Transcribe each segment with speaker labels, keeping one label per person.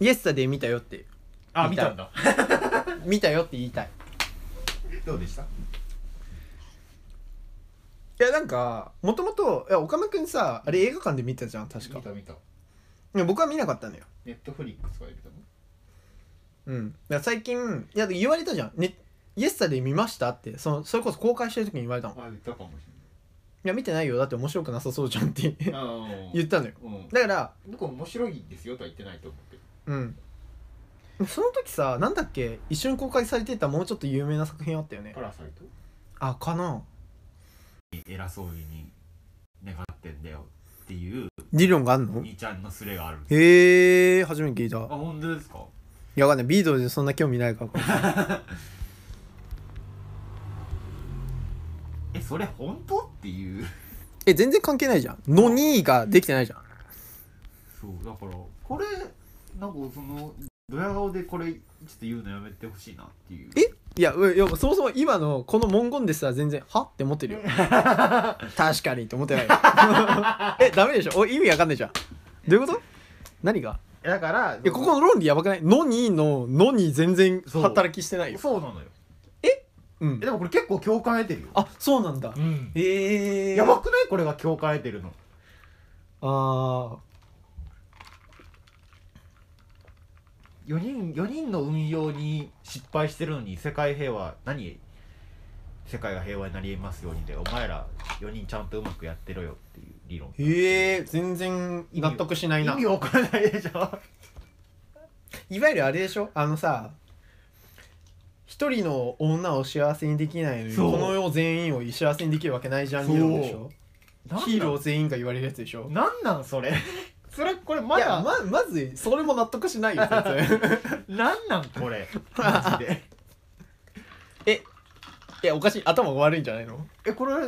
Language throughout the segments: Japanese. Speaker 1: イエスタで見たよって
Speaker 2: あ
Speaker 1: 見
Speaker 2: 見
Speaker 1: た
Speaker 2: たんだ
Speaker 1: 見たよって言いたい
Speaker 2: どうでした
Speaker 1: いやなんかもともと岡村君さあれ映画館で見たじゃん確か
Speaker 2: 見た見た
Speaker 1: いや僕は見なかったのよ
Speaker 2: ネットフリックスから見たの
Speaker 1: うんだから最近いや言われたじゃん、ね、イエスタで見ましたってそのそれこそ公開してる時に言われたのい
Speaker 2: あ言ったかもし
Speaker 1: や見てないよだって面白くなさそうじゃんって
Speaker 2: れないあー
Speaker 1: 言ったのよ
Speaker 2: うん
Speaker 1: だから
Speaker 2: 僕面白いですよとは言ってないと思うけど
Speaker 1: うんその時さなんだっけ一緒に公開されてたもうちょっと有名な作品あったよね
Speaker 2: パラサイト
Speaker 1: あかな
Speaker 2: 偉そうに願ってんだよっていう
Speaker 1: 理論があんの
Speaker 2: 兄ちゃんのスレがある
Speaker 1: へえ初めて聞いた
Speaker 2: あ本当ですか
Speaker 1: いやわかんないビートルズそんな興味ないから
Speaker 2: えそれ本当っていう
Speaker 1: え全然関係ないじゃんのにができてないじゃん
Speaker 2: そうだからこれなんかそのドヤ顔でこれちょっと言うのやめてほしいなっていう
Speaker 1: えいやういやそもそも今のこの文言でさ全然はって思ってるよ 確かにって思ってないよ えダメでしょお意味わかんないじゃんどういうこと何が
Speaker 2: だから
Speaker 1: いやここの論理やばくないのにののに全然
Speaker 2: そう
Speaker 1: 働きしてないよ
Speaker 2: そうなのよ
Speaker 1: うん
Speaker 2: えでもこれ結構共感得てるよ
Speaker 1: あそうなんだ
Speaker 2: うん
Speaker 1: ええー、
Speaker 2: やばくないこれが共感得てるの
Speaker 1: あー
Speaker 2: 4人四人の運用に失敗してるのに世界平和何世界が平和になりますようにでお前ら4人ちゃんとうまくやってろよっていう理論
Speaker 1: へえ全然納得しない
Speaker 2: 意
Speaker 1: な
Speaker 2: 味わからないでしょ
Speaker 1: いわゆるあれでしょあのさ一人の女を幸せにできないのに
Speaker 2: そう
Speaker 1: この世全員を幸せにできるわけないじゃん理論でしょヒーロー全員が言われるやつでしょ
Speaker 2: なんなんそれそれこれま
Speaker 1: いや
Speaker 2: だ
Speaker 1: ままずそれも納得しないよ全然
Speaker 2: なんなんこれマジで
Speaker 1: いやおかしい頭が悪いんじゃないの
Speaker 2: えこれや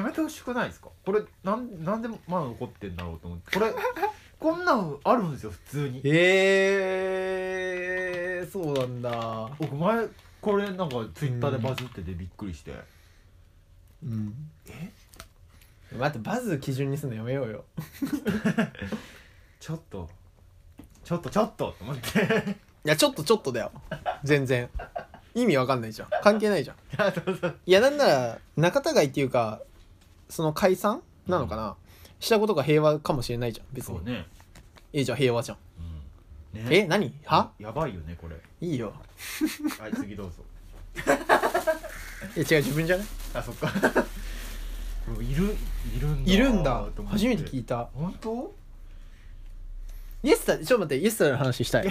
Speaker 2: めてほしくないですかこれなんなんでまだ残ってんだろうと思ってこれこんなんあるんですよ普通に
Speaker 1: へえー、そうなんだ
Speaker 2: 僕前これなんかツイッターでバズっててびっくりして、
Speaker 1: うんえ待ってバズ基準にするのやめようよ
Speaker 2: ちょっとちょっとちょっとと思って
Speaker 1: いやちょっとちょっとだよ全然意味わかんないじゃん関係ないじゃん
Speaker 2: あそうそう
Speaker 1: いやなんなら仲違いっていうかその解散なのかな、したことが平和かもしれないじゃん別
Speaker 2: そ
Speaker 1: に、
Speaker 2: うね,、
Speaker 1: えじゃあ平和じゃん
Speaker 2: うん、ね
Speaker 1: え何は
Speaker 2: やばいよねこれ
Speaker 1: いいよ
Speaker 2: はい次どうぞ
Speaker 1: え違う自分じゃない
Speaker 2: あそっか これいるいるんだ
Speaker 1: いるんだ
Speaker 2: と思っ
Speaker 1: 初めて聞いた
Speaker 2: 本当
Speaker 1: イエスタちょっと待ってイエスタの話したい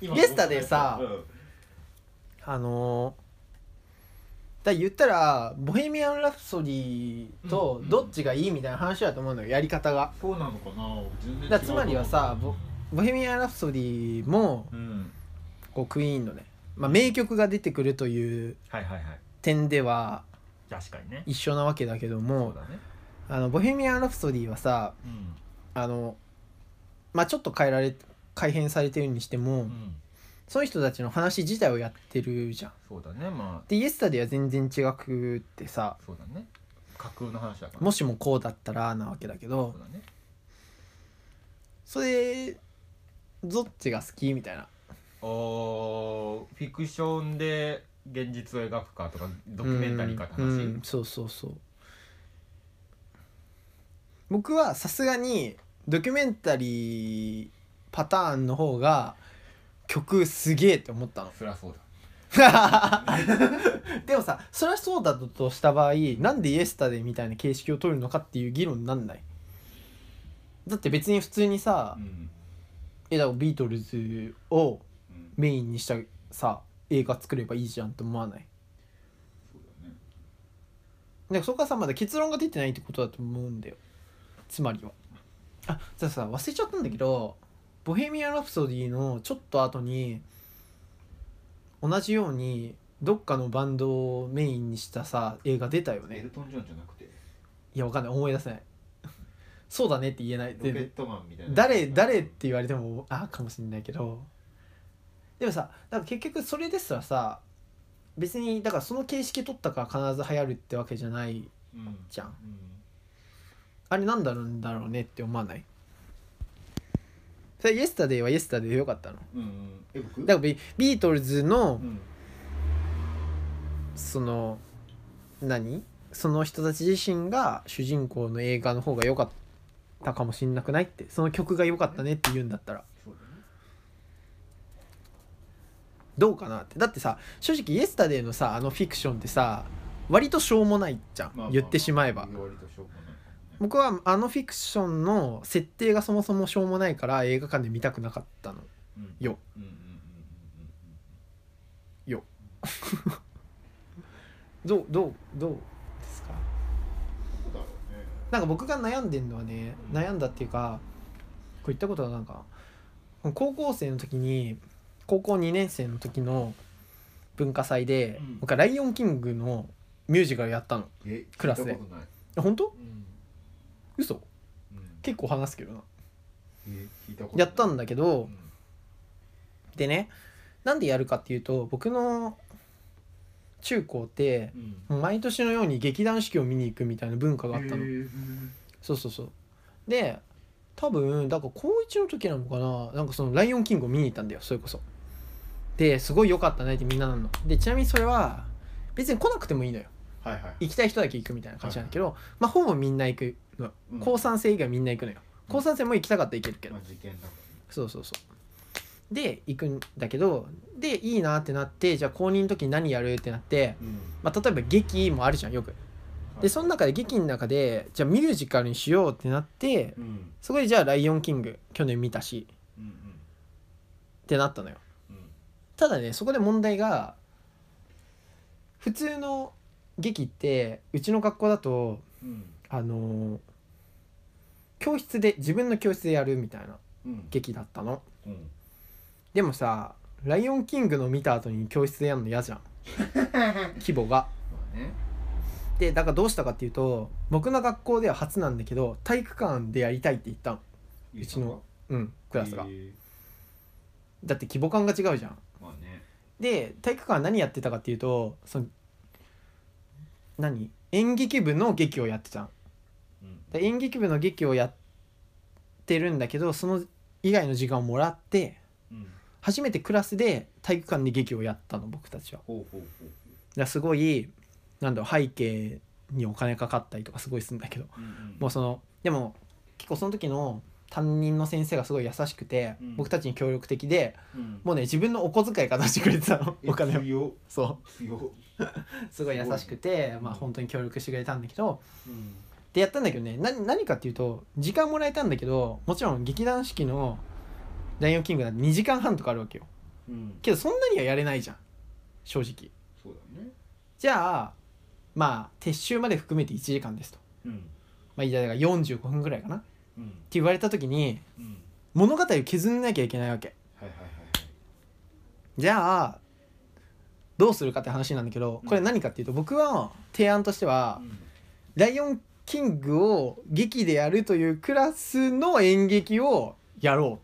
Speaker 2: 今
Speaker 1: ゲスタでさ
Speaker 2: うん
Speaker 1: あのー、だから言ったら「ボヘミアン・ラプソディ」と
Speaker 2: うん
Speaker 1: どっちがいいみたいな話だと思うのよやり方が
Speaker 2: そうなのかな全然違う
Speaker 1: だからつまりはさぼボヘミアン・ラプソディも
Speaker 2: うん
Speaker 1: こうクイーンのね、まあ、名曲が出てくるという
Speaker 2: はいはいはい
Speaker 1: 点では
Speaker 2: 確かにね
Speaker 1: 一緒なわけだけども
Speaker 2: そうだね
Speaker 1: あの「ボヘミアン・ラプソディ」はさ
Speaker 2: うん
Speaker 1: あの、まあ、ちょっと変えられ改変されてるにしても、
Speaker 2: うん
Speaker 1: その人たちの話自体をやってるじゃん。
Speaker 2: そうだねま
Speaker 1: でイエスタでは全然違くってさ
Speaker 2: あそうだね架空の話だから
Speaker 1: もしもこうだったらなわけだけ
Speaker 2: そ
Speaker 1: ど
Speaker 2: うだね
Speaker 1: それどっちが好きみたいな
Speaker 2: おーフィクションで現実を描くかとかドキュメンタリーかって話
Speaker 1: うんうんそうそうそう僕はさすがにドキュメンタリーパターンの方が曲すげえって思ったの
Speaker 2: そりゃそうだ
Speaker 1: でもさそれはそうだとした場合なんでイエスタデーみたいな形式を取るのかっていう議論になんないだって別に普通にさ
Speaker 2: うん
Speaker 1: えだからビートルズを
Speaker 2: うん
Speaker 1: メインにしたさ映画作ればいいじゃんって思わない
Speaker 2: そうだね
Speaker 1: だからそこはさまだ結論が出てないってことだと思うんだよつまりはあじゃあさ忘れちゃったんだけど「ボヘミアン・ラプソディ」のちょっと後に同じようにどっかのバンドをメインにしたさ映画出たよ
Speaker 2: エル
Speaker 1: ね
Speaker 2: トン・ジョンじゃなくて
Speaker 1: いやわかんない思い出せない そうだねって言えない
Speaker 2: ロケ
Speaker 1: 全
Speaker 2: ッ
Speaker 1: 然
Speaker 2: トマンみたいな
Speaker 1: 誰誰って言われてもあかもしれないけどでもさだから結局それですらさ別にだからその形式取ったから必ず流行るってわけじゃない
Speaker 2: うん
Speaker 1: じゃん
Speaker 2: うん
Speaker 1: あれなんだろうんだろうねって思わないそれイエスタデイはイエスタデイでよかったの
Speaker 2: うんうんえ僕
Speaker 1: だからビビートルズの
Speaker 2: うん
Speaker 1: その何その人たち自身が主人公の映画の方が良かったかもしんなくないってその曲が良かったねって言うんだったら
Speaker 2: そうだね
Speaker 1: どうかなってだってさ正直イエスタデイのさあのフィクションってさ割としょうもないじゃん、
Speaker 2: まあまあ
Speaker 1: 言ってしまえば、
Speaker 2: 割としょうがない
Speaker 1: 僕はあのフィクションの設定がそもそもしょうもないから映画館で見たくなかったの
Speaker 2: うん
Speaker 1: よ
Speaker 2: うんうんうんうんうん
Speaker 1: どうどうどうですか
Speaker 2: うんそうだろうね
Speaker 1: なんか僕が悩んでるのはね悩んだっていうかこれ言ったことはなんか高校生の時に高校2年生の時の文化祭で、
Speaker 2: うん
Speaker 1: 僕は「ライオンキング」のミュージカルやったの
Speaker 2: え
Speaker 1: クラスで
Speaker 2: 聞いたことない
Speaker 1: 本当
Speaker 2: うん
Speaker 1: 嘘
Speaker 2: うん
Speaker 1: 結構話すけどな
Speaker 2: え聞いたことな
Speaker 1: や
Speaker 2: い
Speaker 1: ったんだけど、
Speaker 2: うん
Speaker 1: でねなんでやるかっていうと僕の中高って
Speaker 2: うん
Speaker 1: 毎年のように劇団四季を見に行くみたいな文化があったの
Speaker 2: へえうん
Speaker 1: そうそうそうで多分だから高1の時なのかななんかその「ライオンキング」を見に行ったんだよそれこそですごい良かったねってみんななのでちなみにそれは別に来なくてもいいのよ
Speaker 2: はいはい
Speaker 1: 行きたい人だけ行くみたいな感じなんだけど、まあほぼみんな行くの
Speaker 2: うん
Speaker 1: 高3生以外みんな行くのよ高3生も行きたかったら行けるけど
Speaker 2: まあ事件だから
Speaker 1: そうそうそうで行くんだけどでいいなってなってじゃあ公認の時に何やるってなって、
Speaker 2: ね
Speaker 1: まあ、例えば劇もあるじゃんよく
Speaker 2: はい
Speaker 1: でその中で劇の中でじゃあミュージカルにしようってなって
Speaker 2: うんうん
Speaker 1: そこでじゃあ「ライオンキング」去年見たし
Speaker 2: うん
Speaker 1: ってなったのよ
Speaker 2: うんうん
Speaker 1: ただねそこで問題が普通の劇ってうちの学校だと
Speaker 2: うん
Speaker 1: あのー教室で自分の教室でやるみたいな
Speaker 2: うん
Speaker 1: 劇だったの
Speaker 2: うん
Speaker 1: でもさ「ライオンキング」の見た後に教室でやるの嫌じゃん規模が
Speaker 2: まあね
Speaker 1: でだからどうしたかっていうと僕の学校では初なんだけど体育館でやりたいって言ったの
Speaker 2: ゆう
Speaker 1: ち
Speaker 2: ちの
Speaker 1: のうんクラスが、
Speaker 2: へえ
Speaker 1: だって規模感が違うじゃん
Speaker 2: まあね
Speaker 1: で体育館は何やってたかっていうとその何演劇部の劇をやってたの
Speaker 2: うん
Speaker 1: で演劇部の劇をやってるんだけどその以外の時間をもらって
Speaker 2: うん
Speaker 1: 初めてクラスで体育館で劇をやったの僕たちはだか
Speaker 2: ほうほうほう
Speaker 1: らすごいなんだろう背景にお金かかったりとかすごいするんだけど
Speaker 2: ほううんうん
Speaker 1: もうそのでも結構その時の担任の先生がすごい優しくて、
Speaker 2: うん
Speaker 1: 僕たちに協力的で
Speaker 2: うん
Speaker 1: もうね自分のお小遣いから出してくれてたの
Speaker 2: え
Speaker 1: お金を
Speaker 2: 強
Speaker 1: そう
Speaker 2: 強
Speaker 1: すごい優しくて、まあ
Speaker 2: うん
Speaker 1: 本当に協力してくれたんだけど
Speaker 2: うん
Speaker 1: でやったんだけどねな何かっていうと時間もらえたんだけどもちろん劇団四季の「ライオンキング」なんて2時間半とかあるわけよ
Speaker 2: うん
Speaker 1: けどそんなにはやれないじゃん正直
Speaker 2: そうだね
Speaker 1: じゃあまあ撤収まで含めて1時間ですと
Speaker 2: うん
Speaker 1: まあいやだから45分ぐらいかなって
Speaker 2: うん
Speaker 1: 言われた時に
Speaker 2: うん
Speaker 1: 物語を削んなきゃいけないわけ
Speaker 2: はいはいはいはい
Speaker 1: じゃあどうするかって話なんだけどこれ何かっていうと僕は提案としては、「ライオンキング」を劇でやるというクラスの演劇をやろうっ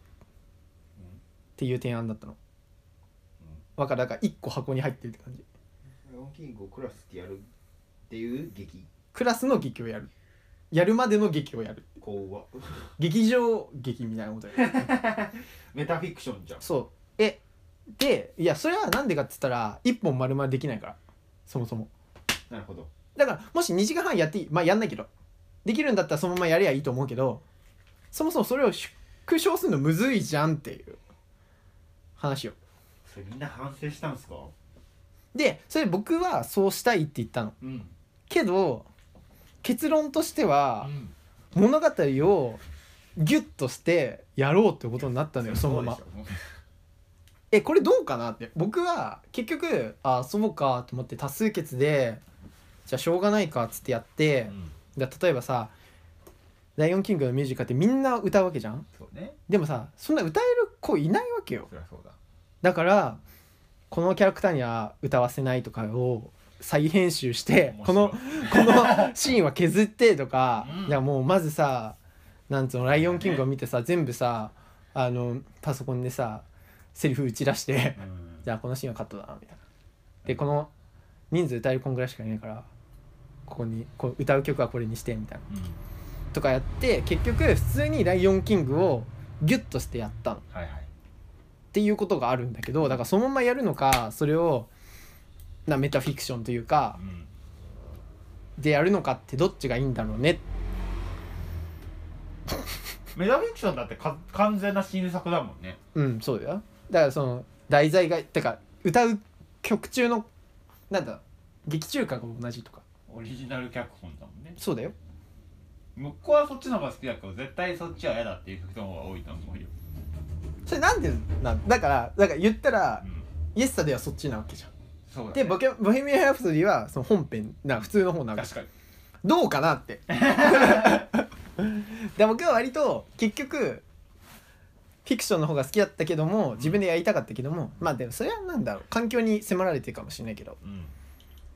Speaker 1: ていう提案だったのわかるだから1個箱に入ってるって感じ
Speaker 2: ライオンキングをクラスでやるっていう劇
Speaker 1: クラスの劇をやるやるまでの劇をやる
Speaker 2: 怖っ
Speaker 1: 劇場劇みたいなことや る
Speaker 2: メタフィクションじゃん
Speaker 1: そうえでいやそれはなんでかって言ったら1本丸々できないからそもそも
Speaker 2: なるほど
Speaker 1: だからもし2時間半やっていいまあやんないけどできるんだったらそのままやりゃいいと思うけどそもそもそれを縮小するのむずいじゃんっていう話よ
Speaker 2: それみんな反省したんすか
Speaker 1: でそれ僕はそうしたいって言ったの
Speaker 2: うん
Speaker 1: けど結論として
Speaker 2: う
Speaker 1: は
Speaker 2: ん
Speaker 1: 物語をギュッとしてやろうってことになったのよそのまま
Speaker 2: そうでしょ
Speaker 1: えこれどうかなって僕は結局あそうかと思って多数決でじゃあしょうがないかっつってやって、
Speaker 2: うん
Speaker 1: だ例えばさ「ライオンキング」のミュージカルってみんな歌うわけじゃん
Speaker 2: そうね
Speaker 1: でもさそんな歌える子いないわけよ
Speaker 2: そりゃそうだ
Speaker 1: だからこのキャラクターには歌わせないとかを再編集して
Speaker 2: 面白い
Speaker 1: このこのシーンは削ってとか、
Speaker 2: うん
Speaker 1: いやもうまずさなんつうの「ライオンキング」を見てさ全部さあのパソコンでさセリフ打ち出して
Speaker 2: うん
Speaker 1: じゃあこのシーンはカットだなみたいなでこの人数歌えるこんぐらいしかいないからここにこう歌う曲はこれにしてみたいな
Speaker 2: うん
Speaker 1: とかやって結局普通に「ライオンキング」をギュッとしてやったのっ
Speaker 2: はいはい
Speaker 1: ていうことがあるんだけどだからそのままやるのかそれをなメタフィクションというか
Speaker 2: うん
Speaker 1: でやるのかってどっちがいいんだろうね
Speaker 2: メタフィクションだってか完全な新作だもんね
Speaker 1: うんそうだよだからその題材がてか歌う曲中のなんだ劇中歌が同じとか
Speaker 2: オリジナル脚本だもんね
Speaker 1: そうだよ
Speaker 2: 向こうはそっちの方が好きだけど絶対そっちは嫌だっていう人の方が多いと思うよ、
Speaker 1: それなんでなんだからだから言ったら
Speaker 2: うん、
Speaker 1: イエスタではそっちなわけじゃん
Speaker 2: そうだ、ね、
Speaker 1: でボケボヘミアン・ラプソディはその本編な普通の方なわけ
Speaker 2: 確かに
Speaker 1: どうかなって でも僕は割と結局フィクションの方が好きだったけども自分でやりたかったけどもまあでもそれはなんだろう環境に迫られてるかもしれないけど
Speaker 2: うん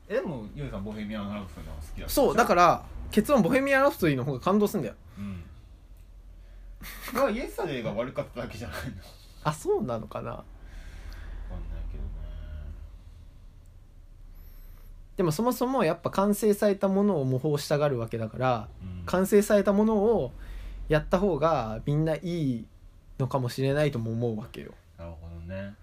Speaker 2: えでもゆうさんボヘミアン・ラプソディの方が好きだ
Speaker 1: そうだ
Speaker 2: ら
Speaker 1: から結論ボヘミアン・ラプソディの方が感動すんだよ
Speaker 2: うんだからイエスタデイが悪かっただけじゃないのわか
Speaker 1: あそうなのかなん
Speaker 2: ないけどね
Speaker 1: でもそもそもやっぱ完成されたものを模倣したがるわけだから
Speaker 2: うん
Speaker 1: 完成されたものをやった方がみんないいのかもしれないとも思うわけよ
Speaker 2: なるほどね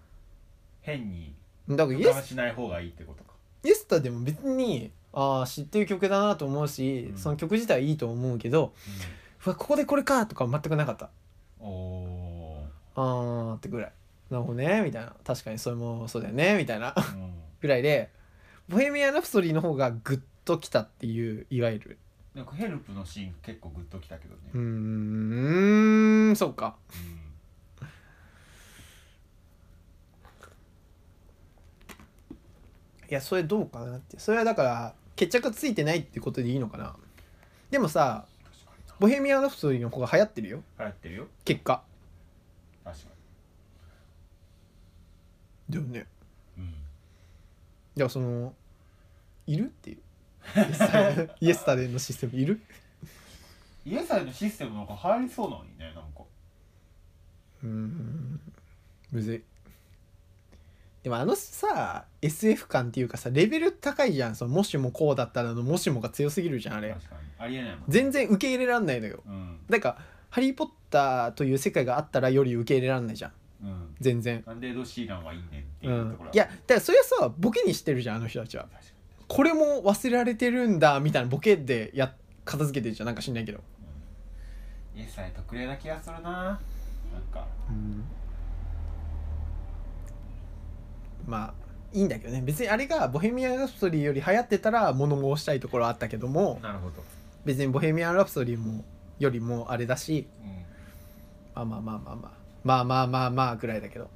Speaker 2: 変に
Speaker 1: だからイエ
Speaker 2: 邪
Speaker 1: ス
Speaker 2: 魔しない方がいいってことか
Speaker 1: イエスタでも別にあー知ってる曲だなと思うし、
Speaker 2: うん
Speaker 1: その曲自体はいいと思うけどうわここでこれかとか全くなかった
Speaker 2: うんお
Speaker 1: あーってぐらいなるほどねみたいな確かにそれもそうだよねみたいな
Speaker 2: ー、うん、
Speaker 1: ぐらいで「ボヘミアン・ラプソディ」の方がグッときたっていういわゆる
Speaker 2: なんかヘルプのシーン結構グッときたけどね
Speaker 1: うーんそうか
Speaker 2: うん
Speaker 1: いやそれどうかなってそれはだから決着ついてないってことでいいのかなでもさ
Speaker 2: 確かに
Speaker 1: 「ボヘミアン・ラプソディ」の方が流行ってるよ
Speaker 2: な流行ってるよ
Speaker 1: 結果
Speaker 2: 確か
Speaker 1: だよね
Speaker 2: にうん
Speaker 1: じゃあそのいるっていうイエスタデイイエスタデイのシステムいる
Speaker 2: イエスタデイのシステムなんか入りそうなのにねなんか
Speaker 1: うーんむずいでもあのさ SF 感っていうかさレベル高いじゃんそのもしもこうだったらのもしもが強すぎるじゃんあれ
Speaker 2: 確かにありえないもん
Speaker 1: 全然受け入れらんないのよ
Speaker 2: うん
Speaker 1: なんか「ハリー・ポッター」という世界があったらより受け入れらんないじゃん
Speaker 2: うん
Speaker 1: 全然、
Speaker 2: なんでエド・シーランはいいねんって
Speaker 1: う
Speaker 2: いうと
Speaker 1: ん
Speaker 2: ころ、は、
Speaker 1: いやだからそれはさボケにしてるじゃんあの人たちは
Speaker 2: 確かに
Speaker 1: これも忘れられてるんだみたいなボケでや片付けてるじゃんなんか知んないけど
Speaker 2: イエスさえ特例な気がするななんか
Speaker 1: うんまあいいんだけどね別にあれが「ボヘミアン・ラプソディ」より流行ってたら物申したいところはあったけども
Speaker 2: なるほど、
Speaker 1: 別に「ボヘミアン・ラプソディも」よりもあれだし
Speaker 2: うん、
Speaker 1: まあまあまあまあまあまあまあまあまあぐらいだけど